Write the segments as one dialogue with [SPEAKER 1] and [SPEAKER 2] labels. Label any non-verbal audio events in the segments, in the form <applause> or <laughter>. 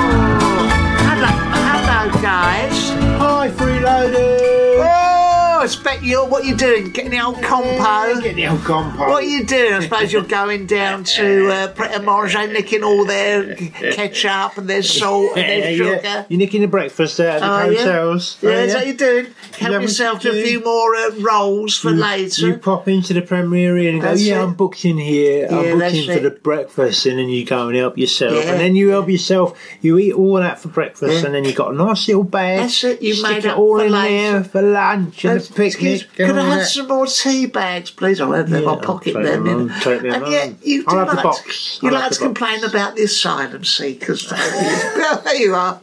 [SPEAKER 1] Hello, hello, guys.
[SPEAKER 2] Hi, freeloaders!
[SPEAKER 1] Oh, I expect you. What you doing? Getting the old compo?
[SPEAKER 2] Get the old compo.
[SPEAKER 1] What are you doing? I suppose you're going down to uh, Pret a Manger, nicking all their c- ketchup and their salt and
[SPEAKER 2] Yeah,
[SPEAKER 1] their
[SPEAKER 2] yeah.
[SPEAKER 1] sugar.
[SPEAKER 2] You're nicking the breakfast out of the
[SPEAKER 1] Are you?
[SPEAKER 2] hotels.
[SPEAKER 1] Yeah,
[SPEAKER 2] are
[SPEAKER 1] is
[SPEAKER 2] you?
[SPEAKER 1] that what you're doing? Help
[SPEAKER 2] that what
[SPEAKER 1] yourself
[SPEAKER 2] you
[SPEAKER 1] to a
[SPEAKER 2] do? Mm.
[SPEAKER 1] few more uh, rolls for later.
[SPEAKER 2] You pop into the Premier Inn and go,
[SPEAKER 1] That's
[SPEAKER 2] yeah,
[SPEAKER 1] it.
[SPEAKER 2] I'm booked in here.
[SPEAKER 1] Yeah,
[SPEAKER 2] I'm booked
[SPEAKER 1] that's
[SPEAKER 2] in for
[SPEAKER 1] it.
[SPEAKER 2] the breakfast. And then you go and help yourself.
[SPEAKER 1] Yeah.
[SPEAKER 2] And then you help yourself. You eat all that for breakfast. And then you got a nice little bag.
[SPEAKER 1] That's it, you
[SPEAKER 2] stick
[SPEAKER 1] made
[SPEAKER 2] it
[SPEAKER 1] up
[SPEAKER 2] all
[SPEAKER 1] for
[SPEAKER 2] in
[SPEAKER 1] later.
[SPEAKER 2] there for lunch and
[SPEAKER 1] That's- excuse-
[SPEAKER 2] the picnic.
[SPEAKER 1] Could I have some more tea bags, please? I'll have them.
[SPEAKER 2] Yeah,
[SPEAKER 1] I'll pocket
[SPEAKER 2] I'll take
[SPEAKER 1] them.
[SPEAKER 2] them,
[SPEAKER 1] in.
[SPEAKER 2] I'll take them,
[SPEAKER 1] and yet,
[SPEAKER 2] I'll-
[SPEAKER 1] you do
[SPEAKER 2] I'll have the
[SPEAKER 1] like
[SPEAKER 2] box.
[SPEAKER 1] To, you
[SPEAKER 2] I'll
[SPEAKER 1] like
[SPEAKER 2] have
[SPEAKER 1] to
[SPEAKER 2] the box.
[SPEAKER 1] complain about the asylum seekers.
[SPEAKER 2] <laughs>
[SPEAKER 1] don't you? well, there you are.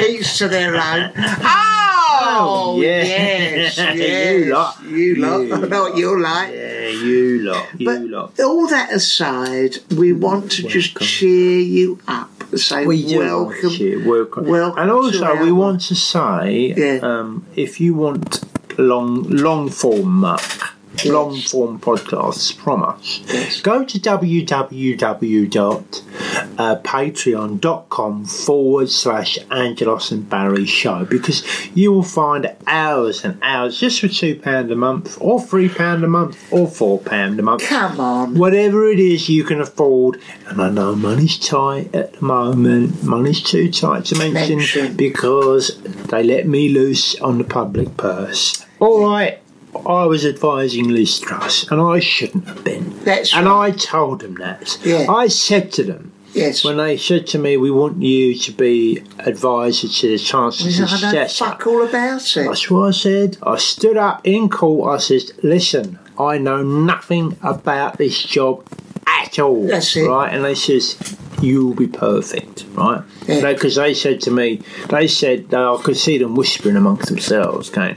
[SPEAKER 1] Each to their own. Oh,
[SPEAKER 2] Oh, yeah.
[SPEAKER 1] yes,
[SPEAKER 2] <laughs> You
[SPEAKER 1] yes.
[SPEAKER 2] lot.
[SPEAKER 1] You lot. <laughs>
[SPEAKER 2] You
[SPEAKER 1] I know what you're like.
[SPEAKER 2] Yeah, you lot. You
[SPEAKER 1] But
[SPEAKER 2] lot.
[SPEAKER 1] all that aside, we want to just cheer you up. Say
[SPEAKER 2] We do
[SPEAKER 1] welcome,
[SPEAKER 2] like you, welcome,
[SPEAKER 1] welcome
[SPEAKER 2] and
[SPEAKER 1] to
[SPEAKER 2] also
[SPEAKER 1] our
[SPEAKER 2] we want to say,
[SPEAKER 1] Yeah.
[SPEAKER 2] um, if you want long long form muck, long form podcasts from us,
[SPEAKER 1] Yes.
[SPEAKER 2] go to uh, www.patreon.com forward slash Angelos and Barry Show because you will find hours and hours just for two pound a month, or three pound a month, or four pound a month.
[SPEAKER 1] Come on.
[SPEAKER 2] Whatever it is you can afford, and I know money's tight at the moment, money's too tight to mention,
[SPEAKER 1] Mention.
[SPEAKER 2] because they let me loose on the public purse. All right, I was advising Liz Truss, and I shouldn't have been.
[SPEAKER 1] That's
[SPEAKER 2] and
[SPEAKER 1] right.
[SPEAKER 2] I told them that.
[SPEAKER 1] Yeah.
[SPEAKER 2] I said to them,
[SPEAKER 1] Yes.
[SPEAKER 2] when they said to me, we want you to be advisor to the Chancellor's
[SPEAKER 1] I know
[SPEAKER 2] Successor.
[SPEAKER 1] fuck all about it.
[SPEAKER 2] That's what I said. I stood up in court. I said, listen, I know nothing about this job at all.
[SPEAKER 1] That's it.
[SPEAKER 2] Right? And they says, you'll be perfect. Right?
[SPEAKER 1] Yeah.
[SPEAKER 2] Because they said to me, they said, uh, I could see them whispering amongst themselves, going,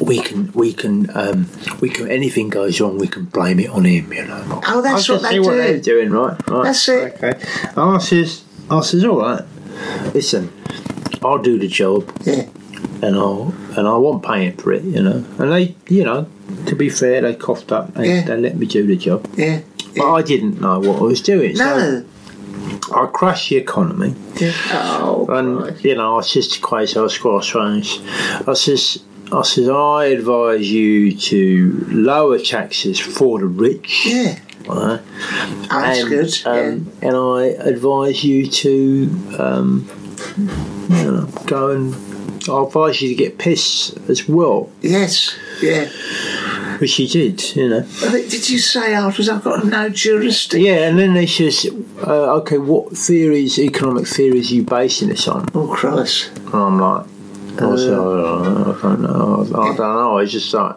[SPEAKER 2] we can, we can, um, we can, anything goes wrong, we can blame it on him, you know.
[SPEAKER 1] Oh, that's
[SPEAKER 2] I
[SPEAKER 1] what they
[SPEAKER 2] can see what
[SPEAKER 1] do.
[SPEAKER 2] they're doing, right? right?
[SPEAKER 1] That's it.
[SPEAKER 2] Okay. And I says, I says, all right, listen, I'll do the job
[SPEAKER 1] Yeah.
[SPEAKER 2] and I and I wasn't paying for it, you know. And they, you know, to be fair, they coughed up. They,
[SPEAKER 1] Yeah.
[SPEAKER 2] they let me do the job,
[SPEAKER 1] Yeah.
[SPEAKER 2] but I didn't know what I was doing.
[SPEAKER 1] No.
[SPEAKER 2] So I crashed the economy,
[SPEAKER 1] Oh,
[SPEAKER 2] and
[SPEAKER 1] right.
[SPEAKER 2] you know, I says to Quasar Crossroads, I says. I says I advise you to lower taxes for the rich.
[SPEAKER 1] yeah.
[SPEAKER 2] right?
[SPEAKER 1] Oh, that's good.
[SPEAKER 2] Um, And I advise you to, um, you know, go and I advise you to get pissed as well.
[SPEAKER 1] yeah. Yes. Yeah.
[SPEAKER 2] Which he did, you know.
[SPEAKER 1] I think- Did you say afterwards I've got no jurisdiction?
[SPEAKER 2] Yeah, and then they says, uh, okay, what theories, economic theories, are you basing this on?
[SPEAKER 1] Oh Christ!
[SPEAKER 2] And I'm like, I said, "Oh, I don't know, I don't know. It's just like,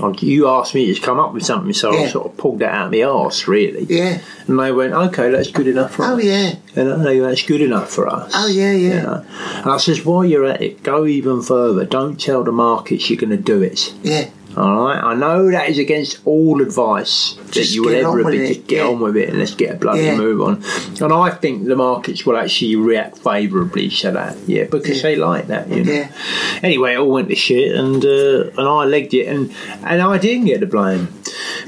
[SPEAKER 2] I'm- you asked me to come up with something, so I
[SPEAKER 1] Yeah.
[SPEAKER 2] sort of pulled that out of my arse, really.
[SPEAKER 1] Yeah.
[SPEAKER 2] And they went, okay, that's good enough for
[SPEAKER 1] Oh
[SPEAKER 2] us.
[SPEAKER 1] yeah.
[SPEAKER 2] And they went, that's good enough for us.
[SPEAKER 1] Oh yeah.
[SPEAKER 2] You
[SPEAKER 1] Yeah.
[SPEAKER 2] know? And I says, while you're at it, go even further. Don't tell the markets you're going to do it.
[SPEAKER 1] Yeah.
[SPEAKER 2] All right, I know that is against all advice that
[SPEAKER 1] Just
[SPEAKER 2] you will
[SPEAKER 1] get on
[SPEAKER 2] ever
[SPEAKER 1] with
[SPEAKER 2] be.
[SPEAKER 1] it,
[SPEAKER 2] Just get
[SPEAKER 1] yeah.
[SPEAKER 2] on with it and let's get a bloody
[SPEAKER 1] Yeah.
[SPEAKER 2] move on. And I think the markets will actually react favourably to that, yeah, because
[SPEAKER 1] Yeah.
[SPEAKER 2] they like that, you know.
[SPEAKER 1] Yeah.
[SPEAKER 2] Anyway, it all went to shit, and uh, and I legged it, and and I didn't get to blame,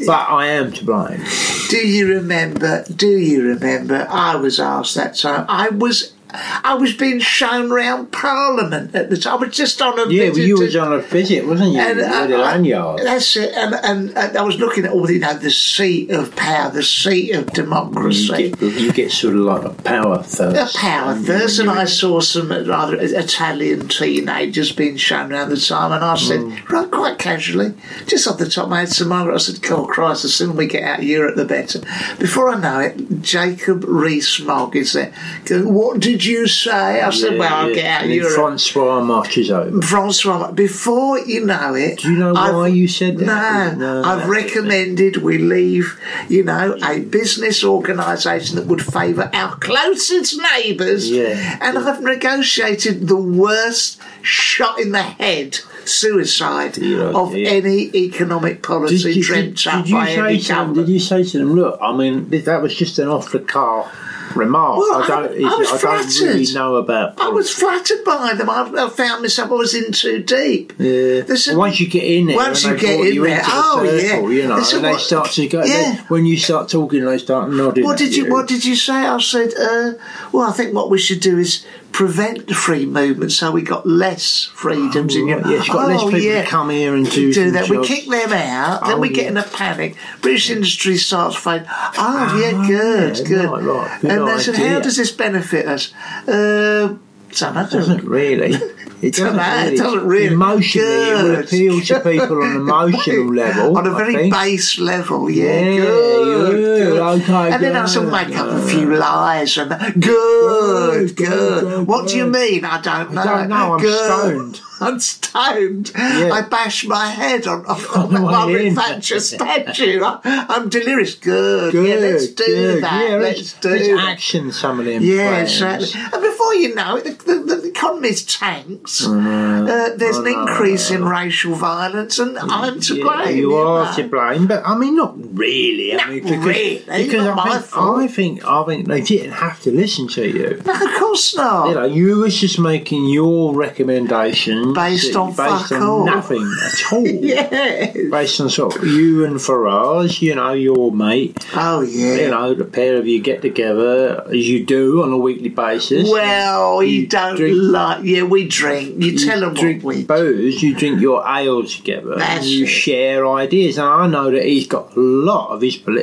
[SPEAKER 2] but I am to blame.
[SPEAKER 1] Do you remember? Do you remember? I was asked that time. I was. I was being shown round Parliament at the time. I was just on a
[SPEAKER 2] Yeah,
[SPEAKER 1] visit
[SPEAKER 2] well, you
[SPEAKER 1] to-
[SPEAKER 2] was on a visit, wasn't you?
[SPEAKER 1] and
[SPEAKER 2] you had a
[SPEAKER 1] I- I-
[SPEAKER 2] lanyard.
[SPEAKER 1] That's it. And, and, and I was looking at all you know the seat of power, the seat of
[SPEAKER 2] you,
[SPEAKER 1] democracy.
[SPEAKER 2] get, you get sort of like a power
[SPEAKER 1] A
[SPEAKER 2] thirst.
[SPEAKER 1] power thirst, and
[SPEAKER 2] Mm.
[SPEAKER 1] I saw some rather Italian teenagers being shown around the time, and I said,
[SPEAKER 2] Mm.
[SPEAKER 1] right, quite casually, just off the top of my head, Samara, I said, "God, Christ, the sooner we get out of Europe, the better." Before I know it, Jacob Rees-Mogg is there. Going, what did you say? I said,
[SPEAKER 2] Yeah,
[SPEAKER 1] "Well, I'll
[SPEAKER 2] yeah.
[SPEAKER 1] get out of
[SPEAKER 2] And then
[SPEAKER 1] Europe."
[SPEAKER 2] Francois marches over.
[SPEAKER 1] Francois, before you know it,
[SPEAKER 2] Do you know
[SPEAKER 1] I've-
[SPEAKER 2] why you said that?
[SPEAKER 1] No,
[SPEAKER 2] No,
[SPEAKER 1] I've
[SPEAKER 2] that's-
[SPEAKER 1] recommended we leave. You know, a business organisation that would favour our closest neighbours.
[SPEAKER 2] Yeah.
[SPEAKER 1] and I've negotiated the worst shot in the head suicide
[SPEAKER 2] Yeah,
[SPEAKER 1] of
[SPEAKER 2] yeah.
[SPEAKER 1] any economic policy dreamt up
[SPEAKER 2] you
[SPEAKER 1] by
[SPEAKER 2] say
[SPEAKER 1] any
[SPEAKER 2] to them,
[SPEAKER 1] government.
[SPEAKER 2] did you say to them, look, I mean, th- that was just an off the car remark.
[SPEAKER 1] Well,
[SPEAKER 2] I don't,
[SPEAKER 1] I-
[SPEAKER 2] it's-
[SPEAKER 1] I was
[SPEAKER 2] don't really
[SPEAKER 1] flattered.
[SPEAKER 2] know about.
[SPEAKER 1] I was flattered by them. I, I found myself I was in too deep.
[SPEAKER 2] Yeah.
[SPEAKER 1] There's some-
[SPEAKER 2] Well, once you get in there,
[SPEAKER 1] Once
[SPEAKER 2] and
[SPEAKER 1] you
[SPEAKER 2] they
[SPEAKER 1] get
[SPEAKER 2] brought
[SPEAKER 1] in
[SPEAKER 2] you
[SPEAKER 1] there,
[SPEAKER 2] into the
[SPEAKER 1] oh
[SPEAKER 2] circle,
[SPEAKER 1] yeah,
[SPEAKER 2] you know,
[SPEAKER 1] There's some-
[SPEAKER 2] and they start to go.
[SPEAKER 1] Yeah.
[SPEAKER 2] they- when you start talking, they start nodding.
[SPEAKER 1] What
[SPEAKER 2] at
[SPEAKER 1] did you,
[SPEAKER 2] you?
[SPEAKER 1] What did you say? I said, uh, well, I think what we should do is prevent the free movement, so we got less freedoms in Oh, Europe.
[SPEAKER 2] yeah, Oh, you've got less people to come here and do some
[SPEAKER 1] that. We
[SPEAKER 2] jobs.
[SPEAKER 1] kick them out, then
[SPEAKER 2] Oh,
[SPEAKER 1] we get
[SPEAKER 2] yeah.
[SPEAKER 1] in a panic. British industry starts fading. Oh, yeah, good,
[SPEAKER 2] Ah, yeah,
[SPEAKER 1] good.
[SPEAKER 2] right, right, good
[SPEAKER 1] and they said, how
[SPEAKER 2] idea.
[SPEAKER 1] does this benefit us? Uh, don't know. <laughs>
[SPEAKER 2] doesn't really. It doesn't,
[SPEAKER 1] matter, it
[SPEAKER 2] really.
[SPEAKER 1] doesn't really.
[SPEAKER 2] Emotionally, it will
[SPEAKER 1] Good.
[SPEAKER 2] appeal to people
[SPEAKER 1] <laughs>
[SPEAKER 2] on an emotional level.
[SPEAKER 1] on a
[SPEAKER 2] I
[SPEAKER 1] very
[SPEAKER 2] think.
[SPEAKER 1] base level, yeah.
[SPEAKER 2] Yeah,
[SPEAKER 1] good,
[SPEAKER 2] yeah,
[SPEAKER 1] good.
[SPEAKER 2] okay,
[SPEAKER 1] and then I sort of
[SPEAKER 2] good,
[SPEAKER 1] make up a few lies and that. Good, good.
[SPEAKER 2] Good, good,
[SPEAKER 1] what do you
[SPEAKER 2] good.
[SPEAKER 1] mean? I don't know.
[SPEAKER 2] I don't know, I'm
[SPEAKER 1] Good. <laughs>
[SPEAKER 2] stoned.
[SPEAKER 1] I'm stoned. I bash my head on, on,
[SPEAKER 2] <laughs> On the
[SPEAKER 1] that
[SPEAKER 2] way
[SPEAKER 1] Margaret
[SPEAKER 2] in. <laughs>
[SPEAKER 1] Thatcher statue. I, I'm delirious. Good.
[SPEAKER 2] Good,
[SPEAKER 1] yeah, let's do
[SPEAKER 2] good.
[SPEAKER 1] that.
[SPEAKER 2] Yeah,
[SPEAKER 1] let's do
[SPEAKER 2] there's
[SPEAKER 1] that.
[SPEAKER 2] action. Some of them.
[SPEAKER 1] Yeah,
[SPEAKER 2] plans.
[SPEAKER 1] exactly. And before you know it, the, the, the economy's tanks. Uh, there's an increase in racial violence, and I'm to
[SPEAKER 2] Yeah,
[SPEAKER 1] blame.
[SPEAKER 2] You are
[SPEAKER 1] know.
[SPEAKER 2] to blame, but I mean, not really. I
[SPEAKER 1] Not
[SPEAKER 2] mean, because,
[SPEAKER 1] really,
[SPEAKER 2] because
[SPEAKER 1] not
[SPEAKER 2] I,
[SPEAKER 1] my
[SPEAKER 2] think,
[SPEAKER 1] fault.
[SPEAKER 2] I think I think they didn't have to listen to you.
[SPEAKER 1] No, of course not.
[SPEAKER 2] You know, you was just making your recommendation
[SPEAKER 1] Based on
[SPEAKER 2] based
[SPEAKER 1] fuck
[SPEAKER 2] on
[SPEAKER 1] all.
[SPEAKER 2] nothing at
[SPEAKER 1] <laughs>
[SPEAKER 2] all.
[SPEAKER 1] yeah.
[SPEAKER 2] Based on sort of you and Farage, you know, your mate.
[SPEAKER 1] Oh
[SPEAKER 2] You
[SPEAKER 1] yeah.
[SPEAKER 2] know, the pair of you get together as you do on a weekly basis.
[SPEAKER 1] Well, you,
[SPEAKER 2] You
[SPEAKER 1] don't
[SPEAKER 2] drink-
[SPEAKER 1] like. Yeah, we drink. You, tell 'em tell them
[SPEAKER 2] drink
[SPEAKER 1] what we.
[SPEAKER 2] booze, you drink your ale together,
[SPEAKER 1] That's
[SPEAKER 2] and you
[SPEAKER 1] it.
[SPEAKER 2] share ideas. And I know that he's got a lot of his political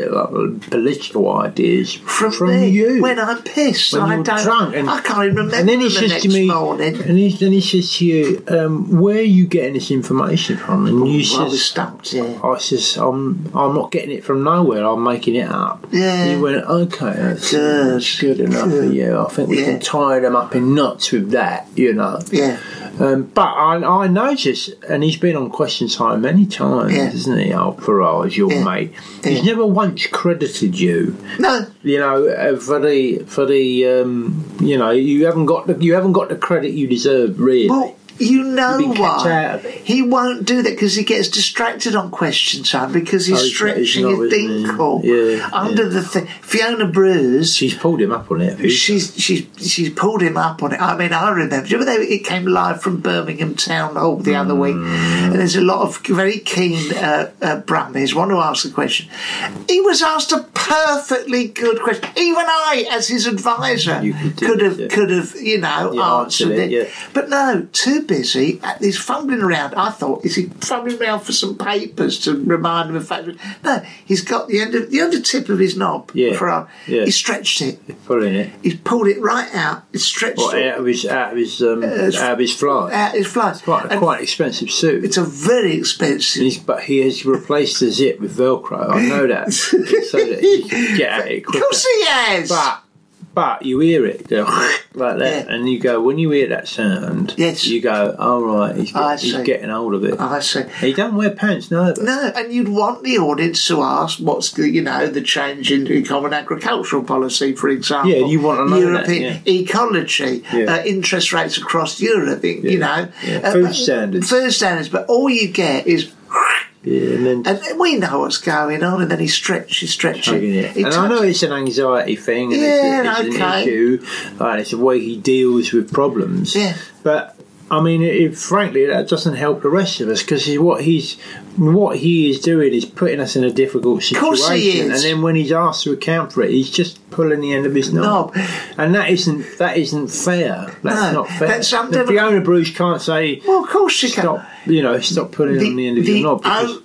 [SPEAKER 2] political ideas
[SPEAKER 1] From,
[SPEAKER 2] from,
[SPEAKER 1] me,
[SPEAKER 2] you.
[SPEAKER 1] when I'm pissed,
[SPEAKER 2] When
[SPEAKER 1] I
[SPEAKER 2] you're
[SPEAKER 1] don't.
[SPEAKER 2] drunk and-
[SPEAKER 1] I can't even remember
[SPEAKER 2] and then he
[SPEAKER 1] the
[SPEAKER 2] says
[SPEAKER 1] next
[SPEAKER 2] to me,
[SPEAKER 1] morning.
[SPEAKER 2] and he, then he says to you, um, "Where are you getting this information from?" And you
[SPEAKER 1] I was
[SPEAKER 2] says, "Oh,
[SPEAKER 1] stumped. Yeah.
[SPEAKER 2] "I says I'm I'm not getting it from nowhere. I'm making it up."
[SPEAKER 1] Yeah.
[SPEAKER 2] And he went, "Okay, that's
[SPEAKER 1] Good,
[SPEAKER 2] that's good enough for you. I think we
[SPEAKER 1] Yeah.
[SPEAKER 2] can tie them up in knots with that, you know."
[SPEAKER 1] Yeah.
[SPEAKER 2] Um, but I, I noticed, and he's been on Question Time many times,
[SPEAKER 1] Yeah.
[SPEAKER 2] isn't he, Al Farage, your
[SPEAKER 1] Yeah.
[SPEAKER 2] mate? He's
[SPEAKER 1] Yeah.
[SPEAKER 2] never once credited you,
[SPEAKER 1] No.
[SPEAKER 2] you know, uh, for the for the um, you know you haven't got the, you haven't got the credit you deserve, really.
[SPEAKER 1] Well, you know
[SPEAKER 2] You've been kept out
[SPEAKER 1] why
[SPEAKER 2] of it.
[SPEAKER 1] he won't do that because he gets distracted on question time because he's
[SPEAKER 2] Oh, he's not- he's
[SPEAKER 1] stretching
[SPEAKER 2] not,
[SPEAKER 1] his
[SPEAKER 2] isn't he?
[SPEAKER 1] dinkle
[SPEAKER 2] Yeah,
[SPEAKER 1] under
[SPEAKER 2] yeah.
[SPEAKER 1] the thing. Fiona Bruce.
[SPEAKER 2] she's pulled him up on it. Who's-
[SPEAKER 1] She's she's she's pulled him up on it. I mean, I remember. Do you remember they, it came live from Birmingham Town Hall the other week,
[SPEAKER 2] Mm.
[SPEAKER 1] and there's a lot of very keen uh, uh, Brummies want to ask the question. He was asked a perfectly good question. Even I, as his advisor,
[SPEAKER 2] You could do
[SPEAKER 1] could
[SPEAKER 2] it,
[SPEAKER 1] have
[SPEAKER 2] yeah.
[SPEAKER 1] could have you know
[SPEAKER 2] You
[SPEAKER 1] answered
[SPEAKER 2] answered
[SPEAKER 1] it,
[SPEAKER 2] it, yeah.
[SPEAKER 1] but no, too busy. Uh, He's fumbling around. I thought is he fumbling around for some papers to remind him of fact? No, he's got the end of the under tip of his knob.
[SPEAKER 2] Yeah,
[SPEAKER 1] for-
[SPEAKER 2] yeah.
[SPEAKER 1] he stretched
[SPEAKER 2] <laughs>
[SPEAKER 1] it.
[SPEAKER 2] pulling it.
[SPEAKER 1] He's pulled it right out. It's stretched
[SPEAKER 2] What,
[SPEAKER 1] it
[SPEAKER 2] out of his out of his um, out of his flight.
[SPEAKER 1] out his flight.
[SPEAKER 2] quite
[SPEAKER 1] Uh, And
[SPEAKER 2] quite an expensive suit.
[SPEAKER 1] It's a very expensive.
[SPEAKER 2] He's- but he has replaced the zip with Velcro. I
[SPEAKER 1] <laughs>
[SPEAKER 2] know that, so that he can get at it
[SPEAKER 1] of
[SPEAKER 2] quicker.
[SPEAKER 1] course he has.
[SPEAKER 2] But but you hear it go <laughs> like that,
[SPEAKER 1] Yeah.
[SPEAKER 2] and you go when you hear that sound.
[SPEAKER 1] Yes.
[SPEAKER 2] You go, all right, he's,
[SPEAKER 1] I
[SPEAKER 2] he's
[SPEAKER 1] see. Uh-huh.
[SPEAKER 2] getting hold of it.
[SPEAKER 1] Oh, I see.
[SPEAKER 2] He don't wear pants, no. but-
[SPEAKER 1] No, and you'd want the audience to ask what's the you know the change in the common agricultural policy, for example.
[SPEAKER 2] Yeah, you want to know that,
[SPEAKER 1] European ecology,
[SPEAKER 2] Yeah.
[SPEAKER 1] uh, interest rates across Europe, you know, Uh,
[SPEAKER 2] yeah. Food
[SPEAKER 1] but-
[SPEAKER 2] standards.
[SPEAKER 1] food standards. But all you get is.
[SPEAKER 2] Yeah, and then <laughs>
[SPEAKER 1] And we know what's going on, and then he stretches, stretches.
[SPEAKER 2] chugging it.
[SPEAKER 1] He
[SPEAKER 2] and I know
[SPEAKER 1] touches-
[SPEAKER 2] it's an anxiety thing, and
[SPEAKER 1] Yeah,
[SPEAKER 2] it's, a, it's
[SPEAKER 1] okay.
[SPEAKER 2] an issue, and it's the way he deals with problems.
[SPEAKER 1] Yeah.
[SPEAKER 2] But I mean, it, frankly, that doesn't help the rest of us because what he's what he is doing is putting us in a difficult
[SPEAKER 1] Of
[SPEAKER 2] situation.
[SPEAKER 1] course he is.
[SPEAKER 2] And then when he's asked to account for it, he's just pulling the end of his knob.
[SPEAKER 1] Knob.
[SPEAKER 2] And that isn't that isn't fair. That's
[SPEAKER 1] No,
[SPEAKER 2] not fair.
[SPEAKER 1] that's something
[SPEAKER 2] The
[SPEAKER 1] that-
[SPEAKER 2] Fiona Bruce can't say.
[SPEAKER 1] Well, of course she can.
[SPEAKER 2] stop. You know, stop pulling
[SPEAKER 1] The-
[SPEAKER 2] on the end of
[SPEAKER 1] the-
[SPEAKER 2] your knob because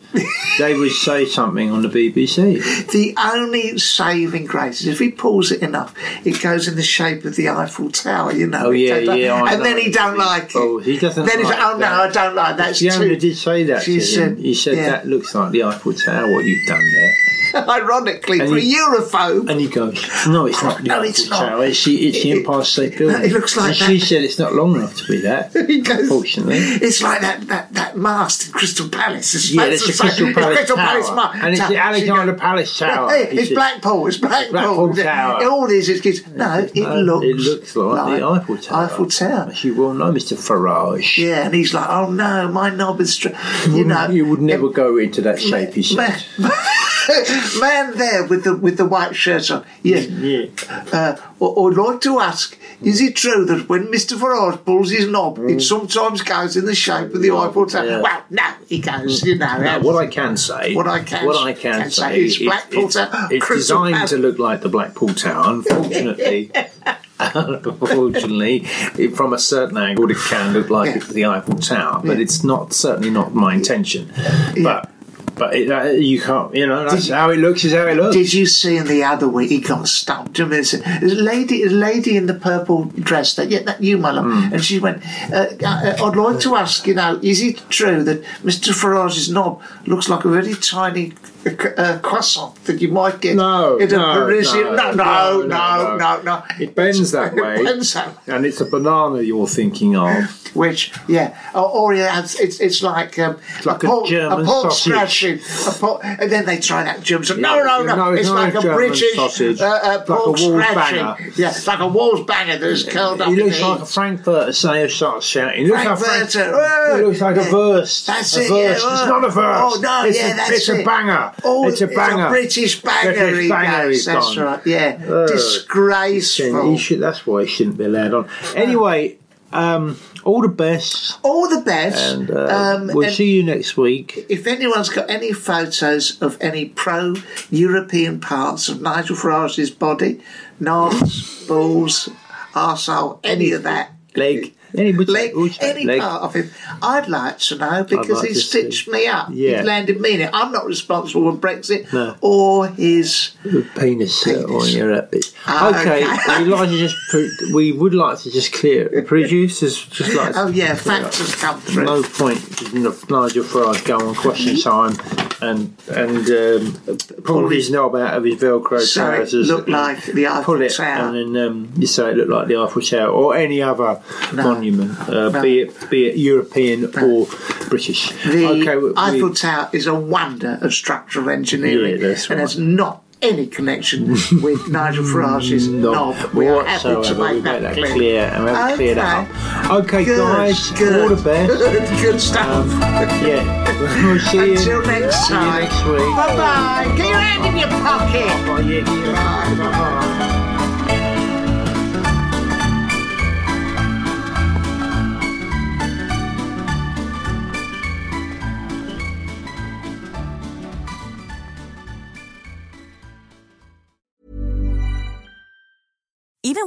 [SPEAKER 2] they would say something on the BBC.
[SPEAKER 1] <laughs> The only saving grace is if he pulls it enough, it goes in the shape of the Eiffel Tower, you know.
[SPEAKER 2] Oh, yeah,
[SPEAKER 1] It don't-
[SPEAKER 2] yeah, I
[SPEAKER 1] and
[SPEAKER 2] know.
[SPEAKER 1] then he don't like it.
[SPEAKER 2] Oh, he doesn't
[SPEAKER 1] Then he's
[SPEAKER 2] like
[SPEAKER 1] like, oh
[SPEAKER 2] that.
[SPEAKER 1] no, I don't like that. That's
[SPEAKER 2] Fiona
[SPEAKER 1] too
[SPEAKER 2] did say that.
[SPEAKER 1] She
[SPEAKER 2] to him.
[SPEAKER 1] said-
[SPEAKER 2] he said
[SPEAKER 1] yeah.
[SPEAKER 2] that looks like the Eiffel Tower. What you've done there.
[SPEAKER 1] <laughs> ironically
[SPEAKER 2] And
[SPEAKER 1] for
[SPEAKER 2] he-
[SPEAKER 1] a Europhobe.
[SPEAKER 2] And he goes, "No, it's not. the
[SPEAKER 1] No,
[SPEAKER 2] Eiffel
[SPEAKER 1] it's not.
[SPEAKER 2] Tower. It's the, it's the
[SPEAKER 1] It-
[SPEAKER 2] Empire State Building."
[SPEAKER 1] it looks like
[SPEAKER 2] And she
[SPEAKER 1] that.
[SPEAKER 2] said, "It's not long enough to be
[SPEAKER 1] <laughs>
[SPEAKER 2] that."
[SPEAKER 1] <laughs> He goes-
[SPEAKER 2] Unfortunately.
[SPEAKER 1] it's like that, that, that mast in Crystal Palace. It's,
[SPEAKER 2] Yeah, it's the
[SPEAKER 1] like-
[SPEAKER 2] Crystal
[SPEAKER 1] it's <laughs>
[SPEAKER 2] Palace
[SPEAKER 1] Crystal
[SPEAKER 2] Tower.
[SPEAKER 1] Palace ma-
[SPEAKER 2] And it's
[SPEAKER 1] ta-
[SPEAKER 2] the Alexander
[SPEAKER 1] she
[SPEAKER 2] Palace Tower.
[SPEAKER 1] Hey,
[SPEAKER 2] It's
[SPEAKER 1] it's,
[SPEAKER 2] just-
[SPEAKER 1] Blackpool. It's Blackpool.
[SPEAKER 2] Blackpool Tower.
[SPEAKER 1] All these kids. No, it
[SPEAKER 2] No,
[SPEAKER 1] looks.
[SPEAKER 2] it looks like, the Eiffel Tower.
[SPEAKER 1] Eiffel Tower.
[SPEAKER 2] As you well know, Mister Farage.
[SPEAKER 1] Yeah, and he's like, oh no, my knob is. Str-. You know,
[SPEAKER 2] Mm, you would never go into that shape. He said.
[SPEAKER 1] man, <laughs> man there with the with the white shirt on. Yes.
[SPEAKER 2] Yeah.
[SPEAKER 1] Uh, I- I'd like to ask: Is it true that when Mister Farage pulls his knob,
[SPEAKER 2] Mm.
[SPEAKER 1] it sometimes goes in the shape of the Eiffel Tower?
[SPEAKER 2] Yeah.
[SPEAKER 1] Well, no, he goes. You know,
[SPEAKER 2] Now,
[SPEAKER 1] that's-
[SPEAKER 2] what I can say,
[SPEAKER 1] What I can-
[SPEAKER 2] what I can,
[SPEAKER 1] can
[SPEAKER 2] say,
[SPEAKER 1] say is Blackpool
[SPEAKER 2] it's,
[SPEAKER 1] Tower,
[SPEAKER 2] it's
[SPEAKER 1] Crystal
[SPEAKER 2] designed
[SPEAKER 1] Palace.
[SPEAKER 2] to look like the Blackpool Tower.
[SPEAKER 1] <laughs>
[SPEAKER 2] Unfortunately, unfortunately, it, from a certain angle, it can look like
[SPEAKER 1] Yeah.
[SPEAKER 2] the Eiffel Tower, but
[SPEAKER 1] Yeah.
[SPEAKER 2] it's not certainly not my intention. But but it, uh, you can't, you know, that's
[SPEAKER 1] Did-
[SPEAKER 2] how it looks. Is how it looks.
[SPEAKER 1] Did you see in the other week he got stumped? I mean, it's- there's a lady, a lady in the purple dress that, yeah, that you, my love,
[SPEAKER 2] Hmm.
[SPEAKER 1] and she went. Uh, uh, I'd like to ask, you know, is it true that Mr. Farage's knob looks like a very tiny uh, c- uh, croissant that you might get
[SPEAKER 2] No,
[SPEAKER 1] in a
[SPEAKER 2] no,
[SPEAKER 1] Parisian? No,
[SPEAKER 2] no,
[SPEAKER 1] no,
[SPEAKER 2] no,
[SPEAKER 1] no,
[SPEAKER 2] no,
[SPEAKER 1] no, no.
[SPEAKER 2] It bends that way,
[SPEAKER 1] <laughs> It bends that way.
[SPEAKER 2] and it's a banana you're thinking of.
[SPEAKER 1] Which, yeah, or, or yeah, it's, it's it's like um,
[SPEAKER 2] like a
[SPEAKER 1] pork,
[SPEAKER 2] German
[SPEAKER 1] a pork
[SPEAKER 2] sausage.
[SPEAKER 1] scratching, a pork, and then they try that German. sausage. No,
[SPEAKER 2] Yeah,
[SPEAKER 1] no, no,
[SPEAKER 2] no, it's
[SPEAKER 1] it's,
[SPEAKER 2] not
[SPEAKER 1] like
[SPEAKER 2] a
[SPEAKER 1] a,
[SPEAKER 2] German
[SPEAKER 1] British
[SPEAKER 2] sausage.
[SPEAKER 1] uh, uh,
[SPEAKER 2] Like a
[SPEAKER 1] pork
[SPEAKER 2] Wall's
[SPEAKER 1] scratching.
[SPEAKER 2] banger.
[SPEAKER 1] Yeah, it's like a Wall's banger that is curled up.
[SPEAKER 2] He
[SPEAKER 1] in
[SPEAKER 2] looks
[SPEAKER 1] the
[SPEAKER 2] like a
[SPEAKER 1] heat.
[SPEAKER 2] Frankfurter sailor starts shouting. He looks like, a
[SPEAKER 1] Frankfurter,
[SPEAKER 2] Frank-
[SPEAKER 1] oh,
[SPEAKER 2] he looks like a
[SPEAKER 1] yeah.
[SPEAKER 2] verse.
[SPEAKER 1] That's
[SPEAKER 2] a
[SPEAKER 1] it,
[SPEAKER 2] Verse.
[SPEAKER 1] yeah,
[SPEAKER 2] it's
[SPEAKER 1] oh.
[SPEAKER 2] not a verse.
[SPEAKER 1] Oh, no,
[SPEAKER 2] it's
[SPEAKER 1] yeah,
[SPEAKER 2] a,
[SPEAKER 1] that's
[SPEAKER 2] it's a
[SPEAKER 1] it.
[SPEAKER 2] banger.
[SPEAKER 1] Oh,
[SPEAKER 2] it's a banger.
[SPEAKER 1] British banger.
[SPEAKER 2] British
[SPEAKER 1] he
[SPEAKER 2] banger
[SPEAKER 1] goes,
[SPEAKER 2] he's
[SPEAKER 1] That's
[SPEAKER 2] gone.
[SPEAKER 1] right. Yeah,
[SPEAKER 2] Oh,
[SPEAKER 1] disgraceful.
[SPEAKER 2] He should, that's why he shouldn't be allowed on.
[SPEAKER 1] Uh-huh.
[SPEAKER 2] Anyway, um, all the best,
[SPEAKER 1] All the best.
[SPEAKER 2] and uh,
[SPEAKER 1] um,
[SPEAKER 2] we'll
[SPEAKER 1] and-
[SPEAKER 2] see you next week.
[SPEAKER 1] If anyone's got any photos of any pro European parts of Nigel Farage's body, knobs, balls, arsehole, any of that,
[SPEAKER 2] Leg, any,
[SPEAKER 1] leg,
[SPEAKER 2] which-
[SPEAKER 1] any
[SPEAKER 2] leg.
[SPEAKER 1] part of him, I'd like to know because
[SPEAKER 2] like
[SPEAKER 1] he
[SPEAKER 2] to
[SPEAKER 1] stitched
[SPEAKER 2] see.
[SPEAKER 1] me up.
[SPEAKER 2] Yeah.
[SPEAKER 1] He landed me in it. I'm not responsible for Brexit
[SPEAKER 2] No.
[SPEAKER 1] or his.
[SPEAKER 2] penis,
[SPEAKER 1] Penis.
[SPEAKER 2] on your epic.
[SPEAKER 1] Ah,
[SPEAKER 2] okay,
[SPEAKER 1] okay.
[SPEAKER 2] we like to just pro- we would like to just clear
[SPEAKER 1] <laughs>
[SPEAKER 2] producers just like
[SPEAKER 1] Oh, yeah, facts have come through.
[SPEAKER 2] no point in Nigel Farage going on question time
[SPEAKER 1] Mm-hmm.
[SPEAKER 2] and and um, pull his knob out of his Velcro
[SPEAKER 1] So it
[SPEAKER 2] trousers.
[SPEAKER 1] looked
[SPEAKER 2] and
[SPEAKER 1] like the Eiffel
[SPEAKER 2] pull it
[SPEAKER 1] Tower.
[SPEAKER 2] and then um, you say it looked like the Eiffel Tower or any other monument, uh,
[SPEAKER 1] No.
[SPEAKER 2] be it be it European or British.
[SPEAKER 1] The
[SPEAKER 2] we-
[SPEAKER 1] Eiffel
[SPEAKER 2] we-
[SPEAKER 1] Tower is a wonder of structural engineering
[SPEAKER 2] Yeah, that's
[SPEAKER 1] and
[SPEAKER 2] right.
[SPEAKER 1] has not any connection
[SPEAKER 2] <laughs>
[SPEAKER 1] with Nigel Farage's knob. We are happy to
[SPEAKER 2] whatsoever.
[SPEAKER 1] make
[SPEAKER 2] We
[SPEAKER 1] that,
[SPEAKER 2] made
[SPEAKER 1] clear.
[SPEAKER 2] and we haven't
[SPEAKER 1] Okay.
[SPEAKER 2] cleared that up. Okay,
[SPEAKER 1] Good,
[SPEAKER 2] guys,
[SPEAKER 1] good.
[SPEAKER 2] all the best. Um,
[SPEAKER 1] Good, <laughs> good stuff. <laughs>
[SPEAKER 2] yeah, we'll see you.
[SPEAKER 1] Until next
[SPEAKER 2] see you
[SPEAKER 1] time.
[SPEAKER 2] next week.
[SPEAKER 1] Bye bye. Get your hand in your pocket.
[SPEAKER 2] Bye, yeah, yeah.
[SPEAKER 1] Bye.
[SPEAKER 3] Even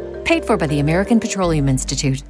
[SPEAKER 4] paid for by the American Petroleum Institute.